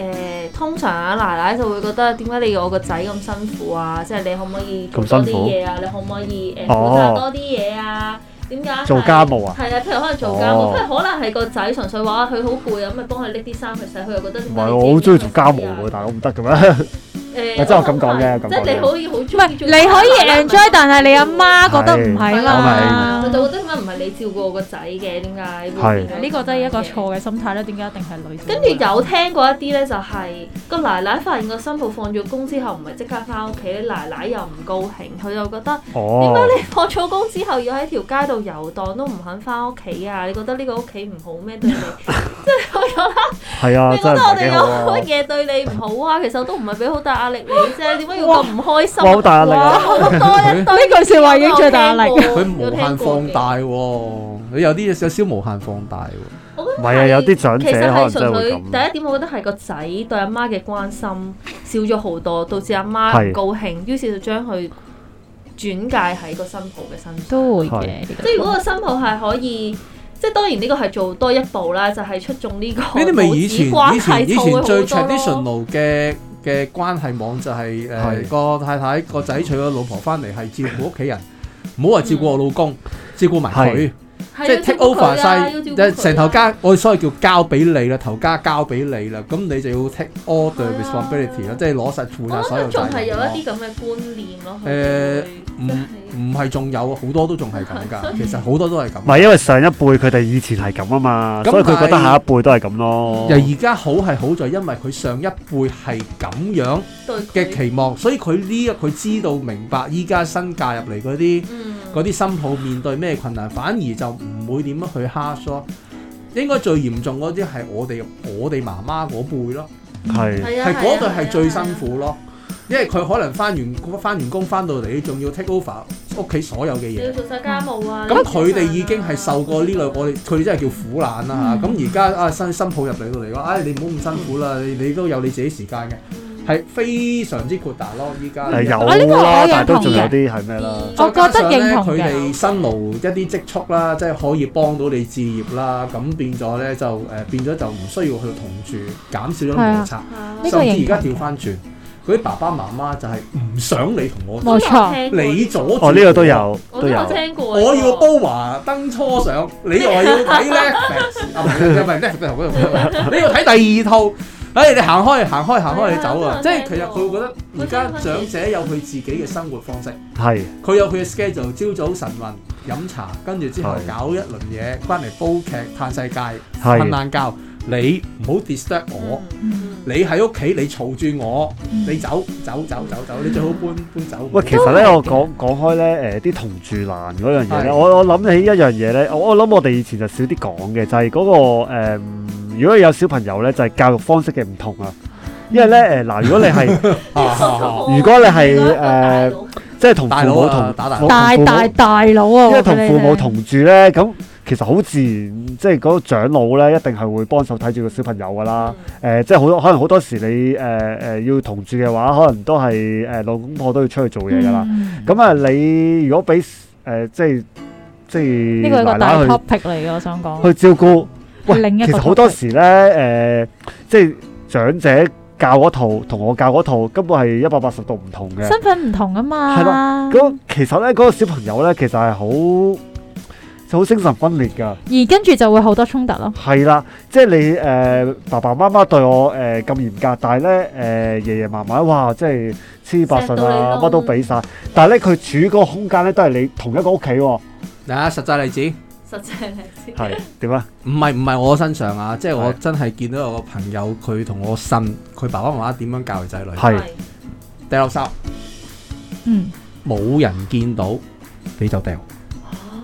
Speaker 4: 通常啊奶奶就會覺得點解你要我個仔咁辛苦啊？即係你可唔可以做
Speaker 1: 咁
Speaker 4: 多啲
Speaker 1: 辛苦
Speaker 4: 嘢啊？你可唔可以誒
Speaker 1: 哦
Speaker 4: 負責多啲嘢啊？點解係
Speaker 1: 做家務啊？
Speaker 4: 係啊，譬如可能做家務，
Speaker 1: 哦
Speaker 4: 譬如可能係個仔純粹話啊佢好攰啊，咁咪幫佢拎啲衫去洗，佢又覺得
Speaker 1: 唔
Speaker 4: 點解
Speaker 1: 係，
Speaker 4: 你自己
Speaker 1: 我好中意做家務
Speaker 4: 要
Speaker 1: 喎，
Speaker 4: 去洗啊
Speaker 1: 但係我唔得嘅咩？
Speaker 4: 誒
Speaker 1: 我真係咁講嘅
Speaker 4: 我
Speaker 1: 咁
Speaker 4: 覺得
Speaker 1: 講
Speaker 4: 係即
Speaker 1: 嘅
Speaker 4: 係你可以好中
Speaker 2: 唔係，
Speaker 4: 意做家務，
Speaker 2: 你可以 enjoy，但係你阿媽覺得唔
Speaker 4: 係
Speaker 2: 係
Speaker 4: 啦，
Speaker 2: 嘛
Speaker 4: 佢？就覺得點解唔係你照顧我個仔嘅？點解
Speaker 1: 係
Speaker 2: 呢個真係一個錯嘅心態咧，點解一定係女？
Speaker 4: 跟住有聽過一啲咧，就係個奶奶發現個新抱放咗工之後，唔係即刻翻屋企，奶奶又唔高興，佢就覺得點
Speaker 1: 哦，
Speaker 4: 解你放咗工之後要喺條街度遊蕩都唔肯翻屋企啊？你覺得呢個屋企唔好咩 對你？即係我覺得
Speaker 1: 係啊，
Speaker 4: 你覺
Speaker 1: 真
Speaker 4: 得
Speaker 1: 係
Speaker 4: 我
Speaker 1: 唔係幾好啊
Speaker 4: 哋有乜！嘢對你唔好啊？其實我都唔係俾好大壓力你啫，點解要咁唔開心？
Speaker 1: 哇，好大壓力
Speaker 2: 哇
Speaker 1: 啊！
Speaker 4: 好多 一堆
Speaker 2: 呢句説話已經最大壓力。
Speaker 3: 佢
Speaker 4: 佢
Speaker 3: 無限放。大喎，佢有啲有少無限放大喎。
Speaker 4: 我覺
Speaker 1: 唔
Speaker 4: 得
Speaker 1: 係啊，有啲長者
Speaker 4: 其實
Speaker 1: 可
Speaker 4: 係
Speaker 1: 能真係
Speaker 4: 純
Speaker 1: 會
Speaker 4: 粹
Speaker 1: 咁。啊
Speaker 4: 第一點，我覺得係個仔對阿媽嘅關心少咗好多，導致阿媽
Speaker 1: 係
Speaker 4: 唔高興，於是就將佢轉介喺個新抱嘅 身上。
Speaker 2: 都會
Speaker 1: 係
Speaker 2: 嘅，呢個
Speaker 4: 即係如果個新抱係可以，即係當然呢個係做多一步啦，就係、出眾呢個
Speaker 3: 呢啲咪以前
Speaker 4: 母子關
Speaker 3: 以前
Speaker 4: 係
Speaker 3: 以
Speaker 4: 就會
Speaker 3: 前
Speaker 4: 啊好多
Speaker 3: 最
Speaker 4: 咯
Speaker 3: traditional 嘅嘅關係網就係誒
Speaker 1: 係
Speaker 3: 個太太個仔娶咗老婆翻嚟係照顧屋企人，唔好話照顧我老
Speaker 4: 嗯
Speaker 3: 公，照顧埋佢，
Speaker 4: 啊
Speaker 3: 即係 take over 晒，成頭家我哋所謂叫交俾你啦，頭家交俾你啦，咁你就要 take all the
Speaker 4: 係啊
Speaker 3: responsibility 啦，即係攞晒負
Speaker 4: 我
Speaker 3: 晒所有
Speaker 4: 諗仲
Speaker 3: 責
Speaker 4: 係有
Speaker 3: 任
Speaker 4: 一
Speaker 3: 咯。
Speaker 4: 啲咁嘅觀念咯。佢
Speaker 3: 哦誒
Speaker 4: 哋
Speaker 3: 唔唔係仲有，好多都仲係咁㗎，其實好多都係咁。
Speaker 1: 唔係因為上一輩佢哋以前係咁啊嘛，
Speaker 3: 咁
Speaker 1: 所以佢覺得
Speaker 3: 但係
Speaker 1: 下一輩都係咁咯。
Speaker 3: 又而家好係好在，因為佢上一輩係咁樣
Speaker 4: 對
Speaker 3: 嘅
Speaker 4: 佢
Speaker 3: 期望，所以佢呢一佢知道明白依家新嫁入嚟嗰啲
Speaker 4: 嗯
Speaker 3: 嗰啲新抱面對咩困難，反而就唔會點樣去 harsh 咯。應該最嚴重嗰啲係我哋我哋媽媽嗰輩咯，
Speaker 1: 係
Speaker 4: 係啊，
Speaker 3: 係嗰對
Speaker 4: 啊
Speaker 3: 係最辛。
Speaker 4: 啊
Speaker 3: 苦咯，因為佢可能翻完翻完工翻到嚟，仲要 take over 屋企所有嘅
Speaker 4: 你要
Speaker 3: 嘢。
Speaker 4: 做晒家務啊！
Speaker 3: 咁
Speaker 4: 你要
Speaker 3: 佢哋
Speaker 4: 煮飯
Speaker 3: 已經係
Speaker 4: 啊
Speaker 3: 受過呢類，我哋佢哋真係叫苦難啦
Speaker 2: 嗯
Speaker 3: 嚇。咁而家啊新新抱入嚟到嚟講，唉、你唔好咁辛苦啦，你你都有你自己時間嘅，係非常之豁達咯。依家
Speaker 1: 誒有
Speaker 2: 啊呢個我
Speaker 1: 啦，
Speaker 2: 認
Speaker 1: 但係都仲有
Speaker 2: 同
Speaker 1: 啲係咩啦？
Speaker 2: 我覺得認同
Speaker 3: 佢
Speaker 2: 嘅
Speaker 3: 哋辛勞一啲積蓄啦，即係可以幫到你置業啦，咁變咗咧就誒、呃、變咗就唔需要去同住，減少咗摩擦。
Speaker 4: 啊
Speaker 2: 呢
Speaker 3: 甚
Speaker 2: 個認
Speaker 3: 至而家
Speaker 2: 同
Speaker 3: 調翻轉，嗰啲爸爸媽媽就係唔想你同我，
Speaker 2: 冇錯，
Speaker 4: 聽過
Speaker 3: 你阻住
Speaker 1: 哦，呢個都，有，都
Speaker 4: 我都有
Speaker 1: 有。
Speaker 4: 聽過。
Speaker 3: 我要煲華燈初上，你又話要睇 Netflix，啊唔係唔係 Netflix 嗰度，你要睇第二套。唉、你行開行開行開，你走啊！即係其實佢會覺得
Speaker 2: 啊
Speaker 3: 而家長者有佢自己嘅生活方式。
Speaker 1: 係
Speaker 3: 佢有佢嘅 schedule，朝早晨運飲茶，跟住之後
Speaker 1: 係
Speaker 3: 搞一輪嘢，翻嚟煲劇、嘆世界、瞓
Speaker 1: 係
Speaker 3: 懶覺。你唔好 disturb 我，
Speaker 4: 嗯
Speaker 3: 你喺屋企你嘈住我，
Speaker 2: 嗯
Speaker 3: 你走走走走走，你最好搬搬走。
Speaker 1: 喂，其實咧，
Speaker 2: 都係
Speaker 1: 我講講開咧，誒啲同住難嗰樣嘢咧，
Speaker 3: 係
Speaker 1: 我我諗起一樣嘢咧，我我諗我哋以前就少啲講嘅，就係嗰個誒，如果有小朋友咧，就係教育方式嘅唔同啊。因為咧誒嗱，如果你係
Speaker 3: 啊
Speaker 1: 如果你係
Speaker 4: 原來一
Speaker 1: 誒
Speaker 4: 個大佬
Speaker 1: 即係同父
Speaker 3: 大佬
Speaker 1: 母
Speaker 3: 啊
Speaker 1: 同
Speaker 3: 打大佬
Speaker 1: 同
Speaker 2: 大
Speaker 1: 父母
Speaker 2: 大大佬啊！
Speaker 1: 因
Speaker 2: 我
Speaker 1: 為
Speaker 2: 話俾
Speaker 1: 同
Speaker 2: 你
Speaker 1: 父母
Speaker 2: 聽
Speaker 1: 同住咧，咁其實好自然，即係嗰個長老咧，一定係會幫手睇住個小朋友噶啦。誒、
Speaker 2: 嗯
Speaker 1: 即係好多可能好多時你誒誒、要同住嘅話，可能都係誒、老公婆都要出去做嘢噶啦。
Speaker 2: 嗯
Speaker 1: 咁啊、你如果俾誒、即係即
Speaker 2: 呢個係
Speaker 1: 係
Speaker 2: 一個
Speaker 1: 奶奶
Speaker 2: 大
Speaker 1: 去
Speaker 2: topic 嚟嘅，我想講。
Speaker 1: 去照顧，喂，
Speaker 2: 另一個
Speaker 1: 其實
Speaker 2: topic
Speaker 1: 好多時咧誒、即係長者教嗰套同我教嗰套根本係一百八十度唔同嘅。
Speaker 2: 身份唔同啊嘛。
Speaker 1: 係咁其實咧，嗰、個小朋友咧，其實係好就好精神分裂㗎。
Speaker 2: 而跟住就會好多衝突咯。
Speaker 1: 係啦，即係你誒、呃爸爸媽媽對我誒咁、嚴格，但係咧誒爺爺嫲嫲哇，即係黐白
Speaker 4: 錫
Speaker 1: 順
Speaker 4: 到你
Speaker 1: 啊，
Speaker 4: 窿
Speaker 1: 乜都俾晒。但係咧，佢處嗰個空間咧，都係你同一個屋企喎。
Speaker 3: 嗱，實際例子
Speaker 4: 實際例子
Speaker 1: 係點啊？
Speaker 3: 唔係唔係我身上啊，即係我
Speaker 1: 係
Speaker 3: 真係見到有個朋友佢同我呻，佢爸爸媽媽點樣教佢仔女，
Speaker 1: 係
Speaker 3: 掉垃圾
Speaker 2: 嗯，
Speaker 3: 冇人見到你就掉，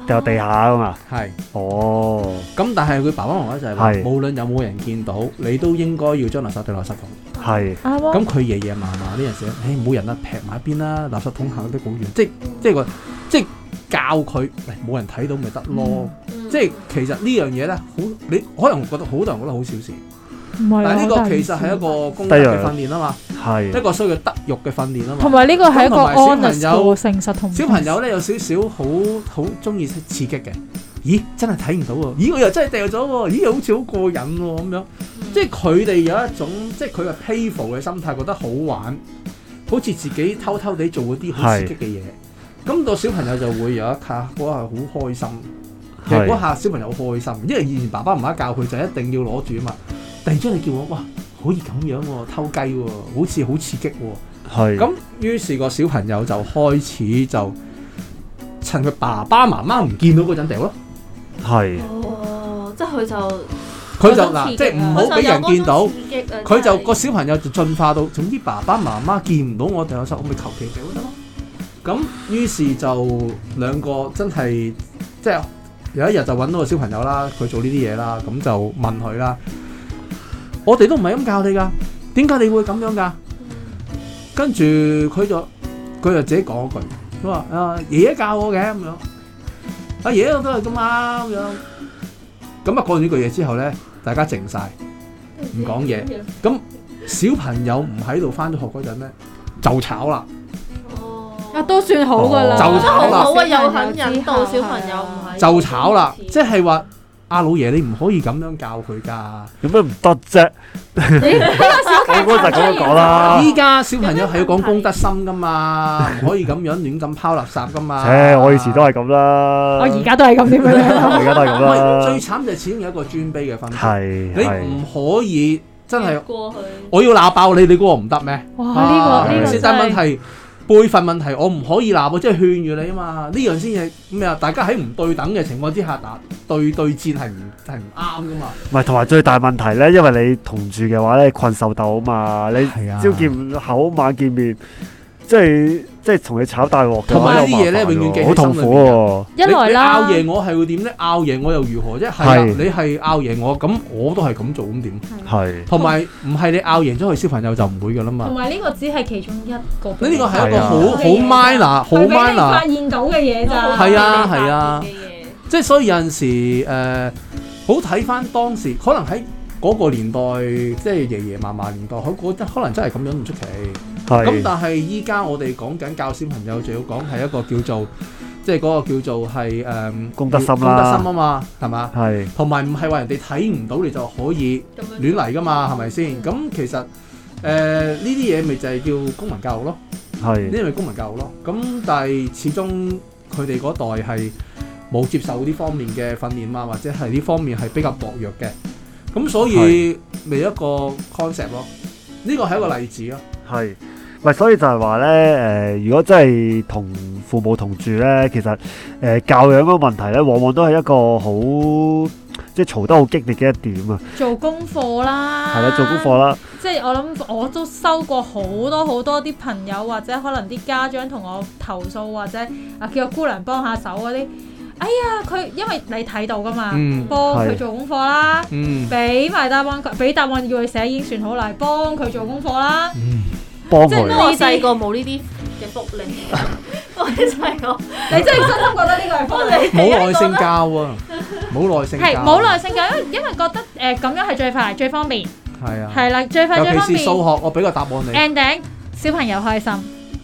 Speaker 1: 掉地下啊嘛。
Speaker 3: 係。
Speaker 1: 哦，
Speaker 3: 咁但係佢爸爸媽媽就係話，
Speaker 1: 係
Speaker 3: 無論有冇人見到，你都應該要將垃圾掉垃圾桶。
Speaker 1: 係
Speaker 2: 啱啊。
Speaker 3: 咁佢爺爺嫲嫲呢陣時，誒冇人啦，劈埋一邊啦，垃圾桶行得好遠，即即係個即係教佢，喂冇人睇到咪得咯。
Speaker 4: 嗯
Speaker 3: 即係其實呢樣嘢咧，好你可能覺得好多人覺得好小事，
Speaker 2: 唔係
Speaker 3: 但
Speaker 2: 啊
Speaker 3: 係呢
Speaker 2: 好大件
Speaker 3: 個其
Speaker 2: 事
Speaker 3: 實係一個功德嘅訓練啊嘛，一
Speaker 1: 係
Speaker 3: 個需要德育嘅訓練啊
Speaker 2: 同
Speaker 3: 嘛。
Speaker 2: 埋呢個係一個
Speaker 3: 咁同埋
Speaker 2: honest
Speaker 3: 小
Speaker 2: 嘅
Speaker 3: 朋友
Speaker 2: 誠實同
Speaker 3: 小朋友咧有少少好好中意刺激嘅，咦真係睇唔到喎，咦我又真係掉咗喎，咦好似好過癮喎咁樣。
Speaker 2: 嗯
Speaker 3: 即係佢哋有一種即係佢嘅 playful 嘅心態，覺得好玩，好似自己偷偷地做嗰啲好刺激嘅嘢。咁個小朋友就會有一下嗰下好開心，其實嗰
Speaker 1: 係
Speaker 3: 下小朋友好開心，因為以前爸爸媽媽教佢就一定要攞住啊嘛。突然之間你叫我哇，可以咁樣喎、偷雞喎、好似好刺激喎、
Speaker 1: 係
Speaker 3: 咁於是個小朋友就開始就趁佢爸爸媽媽唔見到嗰陣掉咯，
Speaker 1: 係
Speaker 4: 哦，即係佢就
Speaker 3: 佢就
Speaker 4: 嗰種
Speaker 3: 嗱
Speaker 4: 刺
Speaker 3: 即
Speaker 4: 激
Speaker 3: 係唔
Speaker 4: 啊
Speaker 3: 好俾人見到。佢就個
Speaker 4: 佢
Speaker 3: 小朋友就進化到，總之爸爸媽媽見唔到我掉垃圾，我咪求其掉得咯。咁於是就兩個真係即係有一日就揾到個小朋友啦，佢做呢啲嘢啦，咁就問佢啦：我哋都唔係咁教你㗎，點解你會咁樣㗎？跟住佢就佢就自己講一句，佢話：啊爺爺教我嘅咁樣，啊爺爺都係咁啊咁樣。咁啊講完呢句嘢之後咧，大家靜晒。唔講嘢
Speaker 4: 嘢。
Speaker 3: 小朋友唔喺度翻咗學嗰陣咧，就炒啦。
Speaker 2: 啊都算好㗎啦，
Speaker 1: 就
Speaker 4: 真係
Speaker 3: 炒
Speaker 4: 好
Speaker 3: 啦
Speaker 4: 好啊！有肯引導小朋友唔係
Speaker 3: 就炒啦，即
Speaker 4: 係
Speaker 3: 係話阿老爺你唔可以咁樣教佢㗎。
Speaker 1: 有咩唔得啫？我嗰陣咁樣講啦。
Speaker 3: 依家小朋友係要講公德心㗎嘛，唔可以咁樣亂咁拋垃圾㗎 嘛。
Speaker 1: 切，我以前都係咁啦。
Speaker 2: 我而家都係咁啊點樣
Speaker 1: 我而家都係咁
Speaker 3: 啊喂最
Speaker 1: 啦。
Speaker 3: 慘就係始終有一個尊卑嘅分別，
Speaker 1: 係係
Speaker 3: 你唔可以真係
Speaker 4: 過去。
Speaker 3: 我要鬧爆你，你估我唔得咩？
Speaker 2: 哇！
Speaker 3: 啊
Speaker 2: 呢個
Speaker 1: 係
Speaker 2: 呢個真
Speaker 3: 先但問
Speaker 2: 係
Speaker 3: 題輩份問題，我唔可以鬧，我即係勸住你啊嘛。呢樣先係咩啊？大家喺唔對等嘅情況之下打對對戰係唔係唔啱噶嘛？
Speaker 1: 唔係，同埋最大問題咧，因為你同住嘅話咧，困獸鬥啊嘛，你
Speaker 3: 係啊
Speaker 1: 朝見口晚見面，即係即係同你炒大鑊嘅
Speaker 3: 同
Speaker 1: 話，
Speaker 3: 埋
Speaker 1: 又
Speaker 3: 呢啲
Speaker 1: 麻
Speaker 3: 嘢咧
Speaker 1: 煩
Speaker 3: 永遠記
Speaker 1: 喎
Speaker 3: 喺
Speaker 1: 好痛
Speaker 3: 心裏
Speaker 1: 苦
Speaker 3: 面
Speaker 1: 喎。
Speaker 2: 一來啦，
Speaker 3: 你你拗贏我係會點咧？拗贏我又如何啫？係
Speaker 1: 係
Speaker 3: 啦，你係拗贏我，咁我都係咁做，咁點？
Speaker 1: 係
Speaker 3: 同埋唔係你拗贏咗佢小朋友就唔會噶啦
Speaker 2: 同
Speaker 3: 嘛。
Speaker 2: 埋呢個只係其中一個。
Speaker 3: 呢個係一
Speaker 1: 係
Speaker 3: 個
Speaker 1: 啊
Speaker 3: 好好 minor、好
Speaker 2: 佢俾你
Speaker 3: minor
Speaker 2: 發現到嘅嘢咋。
Speaker 3: 係啊係啊
Speaker 4: 嘅嘢
Speaker 3: 即係所以有陣時誒、呃好睇翻當時，可能喺嗰個年代，即係爺爺嫲嫲年代，佢嗰陣可能真係咁樣唔出奇。咁
Speaker 1: 係
Speaker 3: 但係依家我哋講緊教小朋友，仲要講係一個叫做即係嗰個叫做係誒、呃
Speaker 1: 公德心啦
Speaker 3: 公德心啊嘛，係嘛？
Speaker 1: 係
Speaker 3: 同埋唔係話人哋睇唔到你就可以
Speaker 4: 咁樣
Speaker 3: 亂嚟噶嘛，係咪先？咁其實誒呃呢啲嘢咪就係叫公民教育咯。呢
Speaker 1: 係
Speaker 3: 啲咪公民教育咯。咁但係始終佢哋嗰代係冇接受呢方面嘅訓練啊，或者係呢方面係比較薄弱嘅。咁所以咪一個 concept 咯。呢個係一個例子咯。
Speaker 1: 係。咪所以就係話咧，誒、如果真係同父母同住咧，其實誒、教養嗰個問題咧，往往都係一個好即係嘈得好激烈嘅一點啊。
Speaker 2: 做功課啦，
Speaker 3: 啊
Speaker 1: 係啦，做功課啦，
Speaker 2: 即係我諗我都收過好多好多啲朋友或者可能啲家長同我投訴或者啊叫個姑娘幫下手嗰啲，哎呀佢因為你睇到噶嘛，
Speaker 3: 嗯
Speaker 2: 幫佢
Speaker 1: 係
Speaker 2: 做功課啦，
Speaker 3: 嗯
Speaker 2: 俾埋答案佢，俾答案要佢寫已經算好啦，幫佢做功課啦，
Speaker 1: 幫
Speaker 2: 即係
Speaker 1: 佢
Speaker 2: 咩
Speaker 4: 因為我細個冇呢啲嘅福 利，我哋細個
Speaker 2: 你真係真心覺得呢個係福
Speaker 4: 我
Speaker 2: 利。
Speaker 4: 哋
Speaker 3: 冇耐性教啊，冇耐性教。
Speaker 2: 係冇耐性㗎，因為因為覺得誒咁、樣係最快最方便，
Speaker 3: 係啊，
Speaker 2: 係啦最快最
Speaker 3: 尤
Speaker 2: 方
Speaker 3: 其是
Speaker 2: 便
Speaker 3: 數學，我俾個答案你。
Speaker 2: ending 小朋友開心。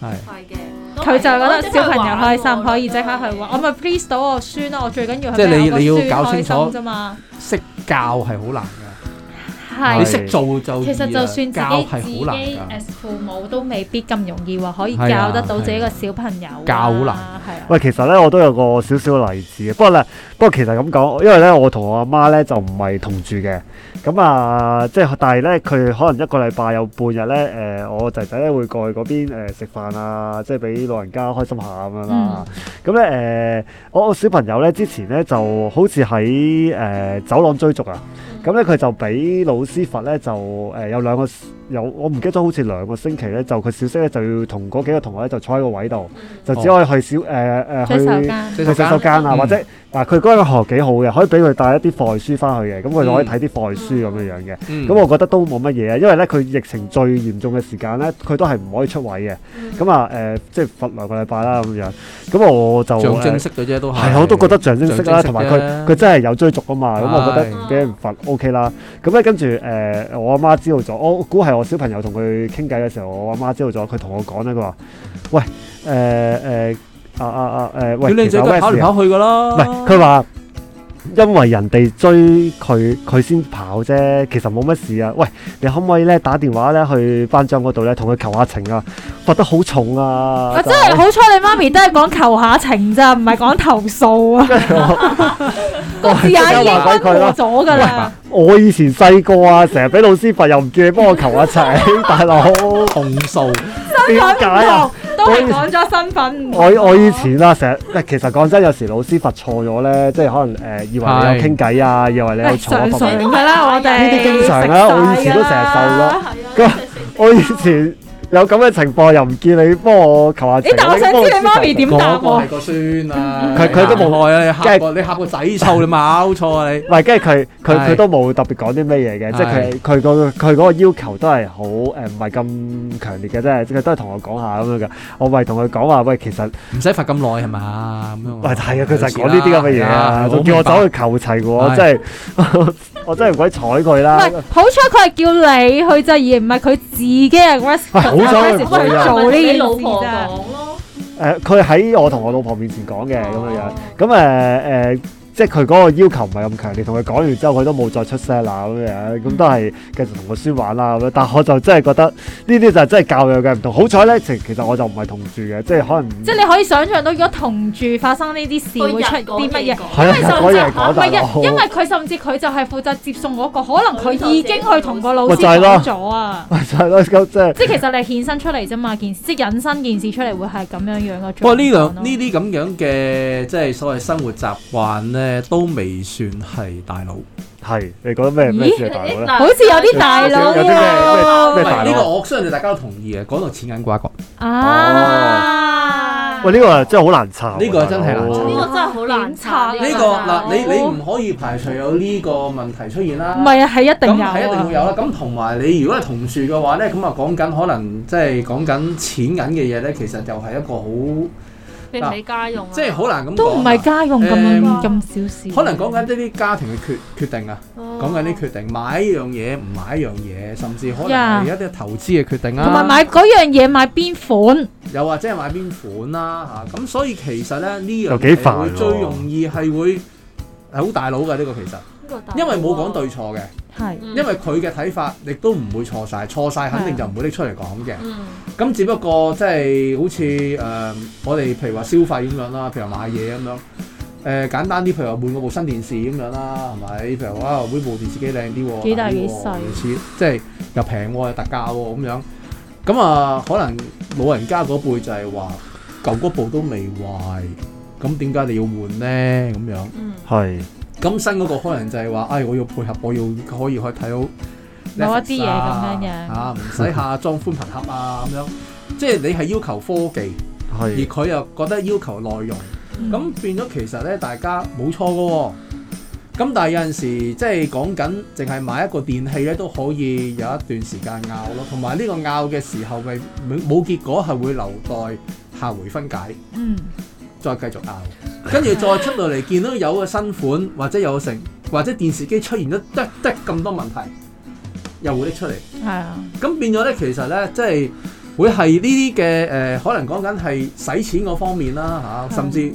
Speaker 3: 係
Speaker 4: 係嘅，
Speaker 2: 佢就覺得小朋友開心，可以即刻去玩。我咪 please 到我孫咯，我最緊要係
Speaker 3: 即係
Speaker 2: 俾我
Speaker 3: 你
Speaker 2: 個
Speaker 3: 你要
Speaker 2: 孫
Speaker 3: 搞清楚
Speaker 2: 開心啫嘛。
Speaker 3: 識教係好難㗎，
Speaker 1: 係
Speaker 3: 你
Speaker 2: 係，
Speaker 3: 識做就
Speaker 2: 其實
Speaker 3: 易
Speaker 2: 就算
Speaker 3: 啦
Speaker 2: 自己
Speaker 3: 教
Speaker 2: 自
Speaker 3: 係好難
Speaker 2: 己
Speaker 3: 㗎。
Speaker 2: as 父母都未必咁容易話可以
Speaker 3: 係啊
Speaker 2: 教得到自己個小朋友啊。
Speaker 3: 教好難
Speaker 2: 係啊。
Speaker 1: 喂，其實咧我都有個少少嘅例子嘅，不過咧，不過其實咁講，因為咧我同我阿媽咧就唔係同住嘅，咁啊，即係但係咧佢可能一個禮拜有半日咧，誒、我仔仔咧會過去嗰邊誒食、飯啊，即係俾老人家開心下咁樣
Speaker 2: 嗯
Speaker 1: 啦。咁咧誒，我我小朋友咧之前咧就好似喺誒走廊追逐啊，咁咧佢就俾老師罰咧就誒、有兩個有我唔記得咗，好似兩個星期咧就佢小息咧就要同嗰幾個同學咧就坐喺個位度。就只可以去小誒誒、
Speaker 2: 哦洗手
Speaker 1: 去
Speaker 2: 間
Speaker 3: 即
Speaker 1: 去洗手間啊，
Speaker 3: 嗯
Speaker 1: 或者嗱佢嗰個學幾好嘅，可以俾佢帶一啲課外書翻去嘅，咁佢就可以睇啲課外書咁樣樣嘅。
Speaker 3: 嗯
Speaker 1: 咁我覺得都冇乜嘢啊，因為咧佢疫情最嚴重嘅時間咧，佢都係唔可以出位嘅。咁啊誒，即係罰兩個禮拜啦咁樣。咁我就呃
Speaker 3: 象徵
Speaker 1: 誒
Speaker 3: 式嘅啫，都係。
Speaker 1: 係我都覺得象徵式啦，
Speaker 3: 象徵式啫
Speaker 1: 同埋佢佢真係有追逐啊嘛，咁我覺
Speaker 2: 嗯
Speaker 3: 係
Speaker 1: 得俾人罰 OK 啦。咁咧跟住誒，我阿媽知道咗，我估係我小朋友同佢傾偈嘅時候，我阿媽知道咗，佢同我講咧，佢話：喂誒誒啊啊啊誒，
Speaker 3: 屌
Speaker 1: 喂，
Speaker 3: 你
Speaker 1: 其
Speaker 3: 最
Speaker 1: 實
Speaker 3: 多
Speaker 1: Wes
Speaker 3: 跑嚟
Speaker 1: 啊
Speaker 3: 跑去噶啦。
Speaker 1: 唔係佢話。因為人哋追佢，佢先跑啫，其實冇乜事啊。喂，你可唔可以咧打電話咧去班長嗰度咧同佢求下情啊？罰得好重啊！
Speaker 2: 我真係好彩，你媽咪都係講求下情咋，唔係講投訴啊。 個字眼已經溫和咗㗎啦。
Speaker 1: 我以前細個啊，成日俾老師罰，又唔叫你幫我求下 情，大佬
Speaker 3: 控訴，
Speaker 1: 點
Speaker 2: 身
Speaker 1: 解
Speaker 2: 份唔
Speaker 1: 啊？
Speaker 2: 同，都係講咗身份唔同
Speaker 1: 我我以前啊，成日喂其實講真，有時老師罰錯咗咧，即係可能誒、呃以為你有傾偈啊，以為你有
Speaker 2: 喂，
Speaker 1: 嘈啊
Speaker 2: 常
Speaker 1: 罰
Speaker 2: 常
Speaker 1: 佢。
Speaker 4: 哎
Speaker 2: 㗎啦，我哋啊
Speaker 1: 呢啲經常啦我以前都成日受咯
Speaker 4: 咁
Speaker 1: 我以前有咁嘅情況，又唔叫你幫我求下情。
Speaker 2: 咦但我想知你媽咪點答
Speaker 3: 嗰個
Speaker 2: 我
Speaker 3: 係？個孫啊，
Speaker 1: 佢佢都冇
Speaker 3: 害啊！你
Speaker 1: 即
Speaker 3: 嚇
Speaker 1: 係
Speaker 3: 個你嚇個仔臭，你咪拗錯啊你。
Speaker 1: 唔係，跟住佢佢
Speaker 3: 係
Speaker 1: 佢都冇特別講啲咩嘢嘅，即係佢佢個佢嗰個要求都係好誒，唔係咁強烈嘅啫，即係佢都係同我講下咁樣嘅。我咪同佢講話，喂，其實
Speaker 3: 唔使罰咁耐係嘛？咁樣
Speaker 1: 喂，
Speaker 3: 啊。
Speaker 1: 係啊，佢就係講呢啲咁嘅嘢啊，仲叫我走去求齊喎，
Speaker 3: 我明白
Speaker 1: 真係 我真係唔鬼睬佢
Speaker 2: 唔
Speaker 1: 啦。
Speaker 2: 係，好彩佢係叫你去啫，而唔係佢自己 aggressive
Speaker 1: 喂好彩佢唔
Speaker 2: 去
Speaker 1: 會啊
Speaker 2: 做呢
Speaker 4: 你
Speaker 2: 件
Speaker 4: 老
Speaker 2: 事
Speaker 4: 婆
Speaker 2: 咋。
Speaker 4: 講咯，
Speaker 1: 誒，佢喺我同我老婆面前講嘅咁樣樣
Speaker 4: 哦，
Speaker 1: 咁誒誒，即係佢嗰個要求唔係咁強烈，同佢講完之後，佢都冇再出聲啦咁樣，咁都係繼續同個孫玩啦咁樣。但係我就真係覺得呢啲就係真係教養嘅唔同。好彩咧，其其實我就唔係同住嘅，即係可能
Speaker 2: 即係你可以想象到，如果同住發生呢啲事，會出啲乜嘢？
Speaker 1: 係
Speaker 2: 因
Speaker 1: 啊，
Speaker 2: 為甚
Speaker 1: 我
Speaker 2: 至
Speaker 1: 以為講
Speaker 2: 唔
Speaker 1: 大
Speaker 2: 係啊，因為
Speaker 1: 佬。
Speaker 2: 佢甚至佢就係負責接送嗰個，可能佢已經去同個老師
Speaker 1: 咪就係咯
Speaker 2: 講咗啊。
Speaker 1: 咪就係咯，咁即係
Speaker 2: 即係其實你係衍生出嚟啫嘛，件事即係引申件事出嚟會係咁樣樣嘅。
Speaker 3: 不過呢兩呢啲咁樣嘅即係所謂生活習慣咧，都未算係大佬，
Speaker 1: 係你覺得咩咩
Speaker 2: 咦
Speaker 1: 先係大佬咧？
Speaker 2: 好似有啲大佬啊
Speaker 1: 有啲咩咩
Speaker 3: 喂
Speaker 1: 咩大佬啊
Speaker 3: 呢個我相信大家都同意嘅，講到錢銀瓜葛，
Speaker 2: 啊！
Speaker 1: 喂，呢個真係好難啊查喎，
Speaker 3: 呢個真係難查
Speaker 4: 呢
Speaker 1: 大
Speaker 4: 個
Speaker 1: 佬
Speaker 4: 真係好難查
Speaker 2: 呢
Speaker 3: 呢個嗱你你唔可以排除有呢個問題出現啦。
Speaker 2: 唔係啊，係一
Speaker 3: 咁
Speaker 2: 定有
Speaker 3: 係一定會
Speaker 2: 啊！
Speaker 3: 有啦。咁同埋你如果係同樹嘅話咧，咁啊講緊可能即係講緊錢銀嘅嘢咧，其實就係一個好
Speaker 4: 你唔理家用啊，
Speaker 3: 即係好難咁講
Speaker 2: 都唔係家用咁
Speaker 3: 誒
Speaker 2: 咁小事，
Speaker 3: 可能講緊呢啲家庭嘅決決定啊，
Speaker 4: 哦
Speaker 3: 講緊啲決定買一樣嘢唔買一樣嘢，甚至可能
Speaker 2: Yeah
Speaker 3: 係一啲投資嘅決定
Speaker 2: 同埋
Speaker 3: 啊，
Speaker 2: 買嗰樣嘢買邊款，
Speaker 3: 又或者係買邊款啦嚇。咁所以其實咧呢
Speaker 1: 又
Speaker 3: 樣
Speaker 1: 幾
Speaker 3: 嘢
Speaker 1: 煩
Speaker 3: 會
Speaker 1: 喎
Speaker 3: 最容易係會係好大佬嘅呢個其實，
Speaker 4: 呢個大佬啊
Speaker 3: 因為冇講對，錯嘅，
Speaker 2: 係
Speaker 4: 因
Speaker 3: 因為佢嘅睇法亦都唔會錯晒，錯晒肯定就唔會拎出嚟講嘅。
Speaker 4: 嗯
Speaker 3: 咁只不過即係好似誒、呃我哋譬如話消費咁樣啦，譬如話買嘢咁樣，誒、簡單啲，譬如話換嗰部新電視咁樣啦，係咪？譬如話啊換部電視機靚啲喎，
Speaker 2: 幾大
Speaker 3: 抵喎
Speaker 2: 幾細
Speaker 3: 類似即係又平喎，又特價喎咁樣。咁啊，可能老人家嗰輩就係話舊嗰部都未壞，咁點解你要換呢？咁樣。
Speaker 4: 嗯
Speaker 1: 係
Speaker 3: 咁新嗰個可能就係話，唉、我要配合，我要可以去睇到
Speaker 2: 某一啲嘢
Speaker 3: Netflix
Speaker 2: 咁
Speaker 3: 啊
Speaker 2: 樣嘅
Speaker 3: 啊，唔使下裝寬頻盒啊咁樣，即係你係要求科技，而
Speaker 1: 係
Speaker 3: 佢又覺得要求內容，咁變咗其實咧，大家冇錯嘅喎、咁但係有陣時即係講緊，淨係買一個電器咧，都可以有一段時間拗咯。同埋呢個拗嘅時候，咪冇冇結果係會留待下回分解。
Speaker 2: 嗯，
Speaker 3: 再繼續拗，跟住再出到嚟見到有個新款或者有個成或者電視機出現咗得得咁多問題，又會拎出嚟，
Speaker 2: 係啊，
Speaker 3: 咁變咗咧其實咧即係會係呢啲嘅誒，可能講緊係使錢嗰方面啦嚇、
Speaker 2: 係
Speaker 3: 甚至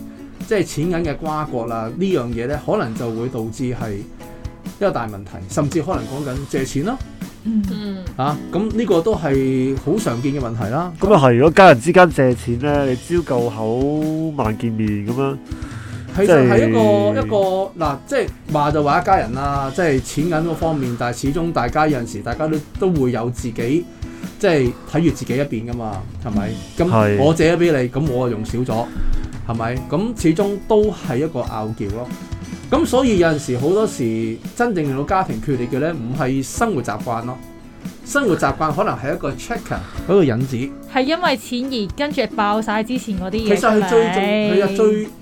Speaker 3: 即係錢銀嘅瓜葛啦，呢樣嘢咧可能就會導致係一個大問題，甚至可能講緊借錢啦
Speaker 2: 嗯，
Speaker 4: 嗯
Speaker 3: 嚇，咁、呢個都係好常見嘅問題啦。
Speaker 1: 咁啊係，如果家人之間借錢咧，你朝舊口晚見面咁樣，
Speaker 3: 其實係一個
Speaker 1: 即係
Speaker 3: 一個嗱，即係話就話一家人啦，即係錢銀嗰方面，但係始終大家有陣時，大家都都會有自己即係睇住自己一邊噶嘛，係咪？
Speaker 1: 係
Speaker 3: 咁我借咗俾你，咁我啊用少咗，係咪？咁始終都係一個拗撬咯。咁所以有陣時好多時真正令到家庭決裂嘅咧，唔係生活習慣咯，生活習慣可能係一個 checker 嗰個引子。
Speaker 2: 係因為錢而跟住爆晒之前嗰啲嘢
Speaker 3: 其實
Speaker 2: 出嚟，
Speaker 3: 係啊最重，其實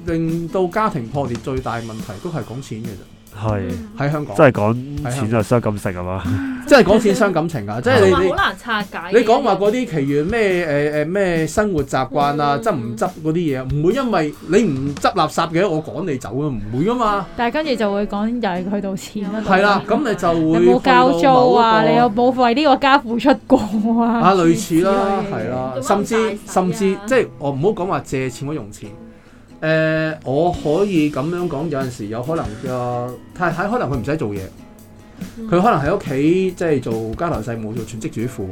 Speaker 3: 最令到家庭破裂最大問題都係講錢嘅啫。
Speaker 1: 係
Speaker 3: 喺香港，
Speaker 1: 真係講錢就傷感情啊嘛，
Speaker 3: 真係講錢傷感情 啊！即係
Speaker 4: 同
Speaker 3: 你
Speaker 4: 埋好
Speaker 3: 你
Speaker 4: 難拆解。
Speaker 3: 你講話嗰啲其餘咩誒誒咩生活習慣啊、
Speaker 4: 嗯
Speaker 3: 執唔執嗰啲嘢，唔會因為你唔執垃圾嘅，我趕你走啊，唔會噶嘛。
Speaker 2: 但係跟住就會講又係去到錢嗰度
Speaker 3: 係啦，咁你就
Speaker 2: 你
Speaker 3: 會
Speaker 2: 嗯冇交租啊，
Speaker 3: 去
Speaker 2: 你
Speaker 3: 到
Speaker 2: 有
Speaker 3: 某一個
Speaker 2: 冇為呢個家付出過啊？
Speaker 3: 啊類似啦，
Speaker 2: 之類嘅
Speaker 3: 係啦
Speaker 4: 做
Speaker 3: 甚
Speaker 4: 乜，咁大
Speaker 3: 至
Speaker 4: 使啊
Speaker 3: 甚至即係我唔好講話借錢或用錢。誒、我可以咁樣講，有陣時有可能嘅太太可能佢唔使做嘢。
Speaker 4: 嗯
Speaker 3: 佢可能喺屋企即係做家頭細務、做全職主婦，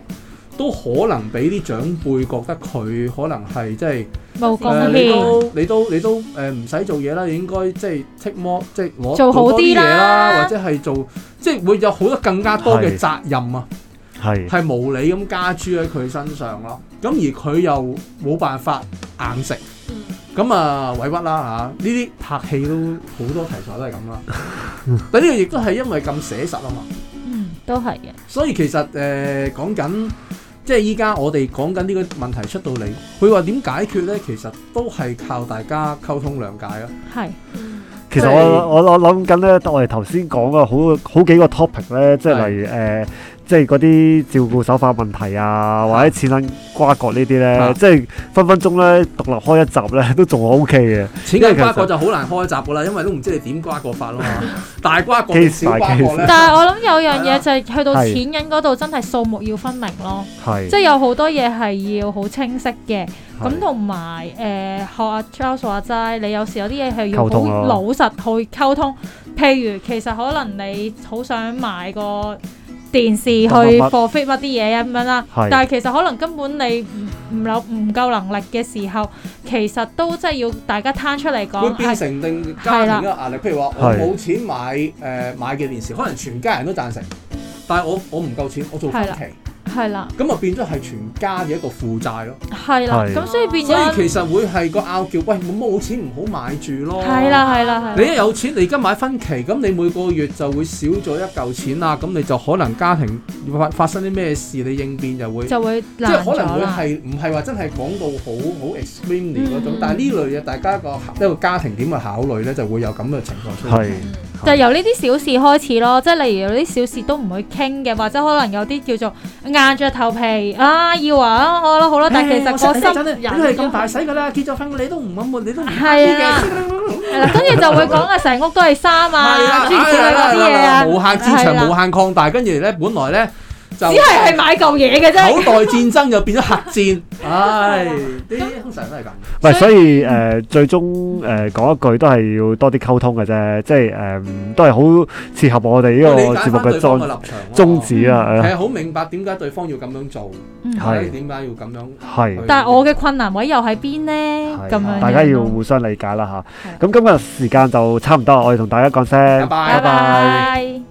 Speaker 3: 都可能俾啲長輩覺得佢可能係即係
Speaker 2: 冇
Speaker 3: 誒
Speaker 2: 貢
Speaker 3: 你
Speaker 2: 獻，
Speaker 3: 都你都你都誒唔使做嘢啦，你應該即係 take more 即係攞
Speaker 2: 做好
Speaker 3: 多
Speaker 2: 啲
Speaker 3: 嘢
Speaker 2: 啦
Speaker 3: 啦，或者係做即係會有好多更加多
Speaker 1: 係嗯
Speaker 3: 嘅責任啊，
Speaker 1: 係
Speaker 3: 係無理咁加諸喺佢身上咯。咁而佢又冇辦法硬食。
Speaker 4: 嗯
Speaker 3: 咁啊委屈啦嚇，呢啲拍戲都好多題材都係咁啦。但呢個亦都係因為咁寫實啊嘛。
Speaker 2: 嗯，都係嘅，
Speaker 3: 所以其實誒、呃、講緊，即係依家我哋講緊呢個問題出到嚟，佢話點解決呢？其實都係靠大家溝通諒解咯。
Speaker 2: 係
Speaker 4: 嗯
Speaker 1: 其實我我我諗緊咧，我哋頭先講嘅好好幾個 topic 咧，即係
Speaker 3: 係
Speaker 1: 例如誒、呃即係嗰啲照顧手法問題啊，或者錢銀瓜葛呢啲咧
Speaker 3: 啊，
Speaker 1: 即係分分鐘咧獨立開一集咧都仲 O K 嘅，
Speaker 3: 錢嘅瓜葛就好難開閘噶啦，因為都唔知你點瓜葛法啦嘛。大瓜葛定
Speaker 1: Case
Speaker 3: 小瓜葛
Speaker 1: by
Speaker 3: 呢？
Speaker 2: 但係我諗有樣
Speaker 3: 係
Speaker 2: 嘢
Speaker 3: 啦
Speaker 2: 就係去到
Speaker 1: 係
Speaker 2: 錢銀嗰度，真係數目要分明咯，
Speaker 1: 係
Speaker 2: 即係有好多嘢係要好清晰
Speaker 1: 係
Speaker 2: 嘅。咁同埋誒學阿 Charles 話齋，你有時有啲嘢係要
Speaker 1: 溝通
Speaker 2: 好
Speaker 1: 咯
Speaker 2: 老實去溝通。譬如其實可能你好想買個電視去
Speaker 1: 乜乜乜
Speaker 2: forfeit 乜啲嘢咁樣啦，
Speaker 1: 係
Speaker 2: 但係其實可能根本你唔唔有唔夠能力嘅時候，其實都真係要大家攤出嚟
Speaker 3: 會
Speaker 2: 講
Speaker 3: 變
Speaker 2: 係
Speaker 3: 成定家庭嘅壓力。譬如話，我
Speaker 1: 係
Speaker 3: 冇錢買誒、呃、買嘅電視，可能全家人都贊成，但係我我唔夠錢，我做分
Speaker 2: 係
Speaker 3: 期，
Speaker 2: 係啦，
Speaker 3: 咁啊變咗係全家嘅一個負債咯。
Speaker 2: 係啦，
Speaker 1: 係
Speaker 2: 咁所以變
Speaker 3: 所以
Speaker 2: 咗
Speaker 3: 其實會係個拗撬，喂，冇冇錢唔好買住咯。
Speaker 2: 係啦，係啦，係
Speaker 3: 你
Speaker 2: 啦，
Speaker 3: 一有錢，你而家買分期，咁你每個月就會少咗一嚿錢啦，咁你就可能家庭發發生啲咩事，你應變就會，即
Speaker 2: 就會
Speaker 3: 係
Speaker 2: 難
Speaker 3: 可能
Speaker 2: 咗
Speaker 3: 會
Speaker 2: 啦。
Speaker 3: 係唔係話真係講到好好 extremely
Speaker 2: 嗯
Speaker 3: 嗰種，但係呢類嘢大家個一個家庭點去考慮咧，就會有咁嘅情況出現。
Speaker 4: Ừ.
Speaker 1: 係
Speaker 2: 就由呢啲小事開始咯，即係例如有啲小事都唔去傾嘅，或者可能有啲叫做硬着頭皮啊，要啊，好啦好啦，但係其實個心
Speaker 3: 真
Speaker 4: 你都係咁大
Speaker 3: 使㗎啦，結咗婚你都唔揾你都唔
Speaker 2: 係啊，係啦，跟住就會講啊，成屋都係衫啊，諸如此類嗰啲嘢啊，
Speaker 3: 無限
Speaker 2: 係
Speaker 3: 戰場
Speaker 2: 啦
Speaker 3: 無限擴大，跟住咧本來咧就
Speaker 2: 只係係買嚿嘢嘅啫。
Speaker 3: 口袋戰爭就變咗核戰，唉，呢啲通常都係咁。
Speaker 1: 唔係，呃呃所以，誒，最終，誒，講一句都係要多啲溝通嘅啫，即係，誒，都係好切合我哋呢個
Speaker 3: 理解翻
Speaker 1: 節
Speaker 3: 對方嘅
Speaker 1: 目嘅宗-
Speaker 3: 立場咯，
Speaker 1: 宗旨啦，係啊，
Speaker 3: 係啊好明白點解對方要咁樣做，
Speaker 2: 嗯
Speaker 3: 係點解要咁樣去。
Speaker 1: 係，
Speaker 2: 但係我嘅困難位又喺邊呢？
Speaker 1: 係，啊
Speaker 2: 咁樣樣咯
Speaker 1: 大家要互相理解啦吓。
Speaker 2: 係。
Speaker 1: 咁今日時間就差唔多，我哋同大家講聲，
Speaker 3: 拜拜
Speaker 2: 拜拜。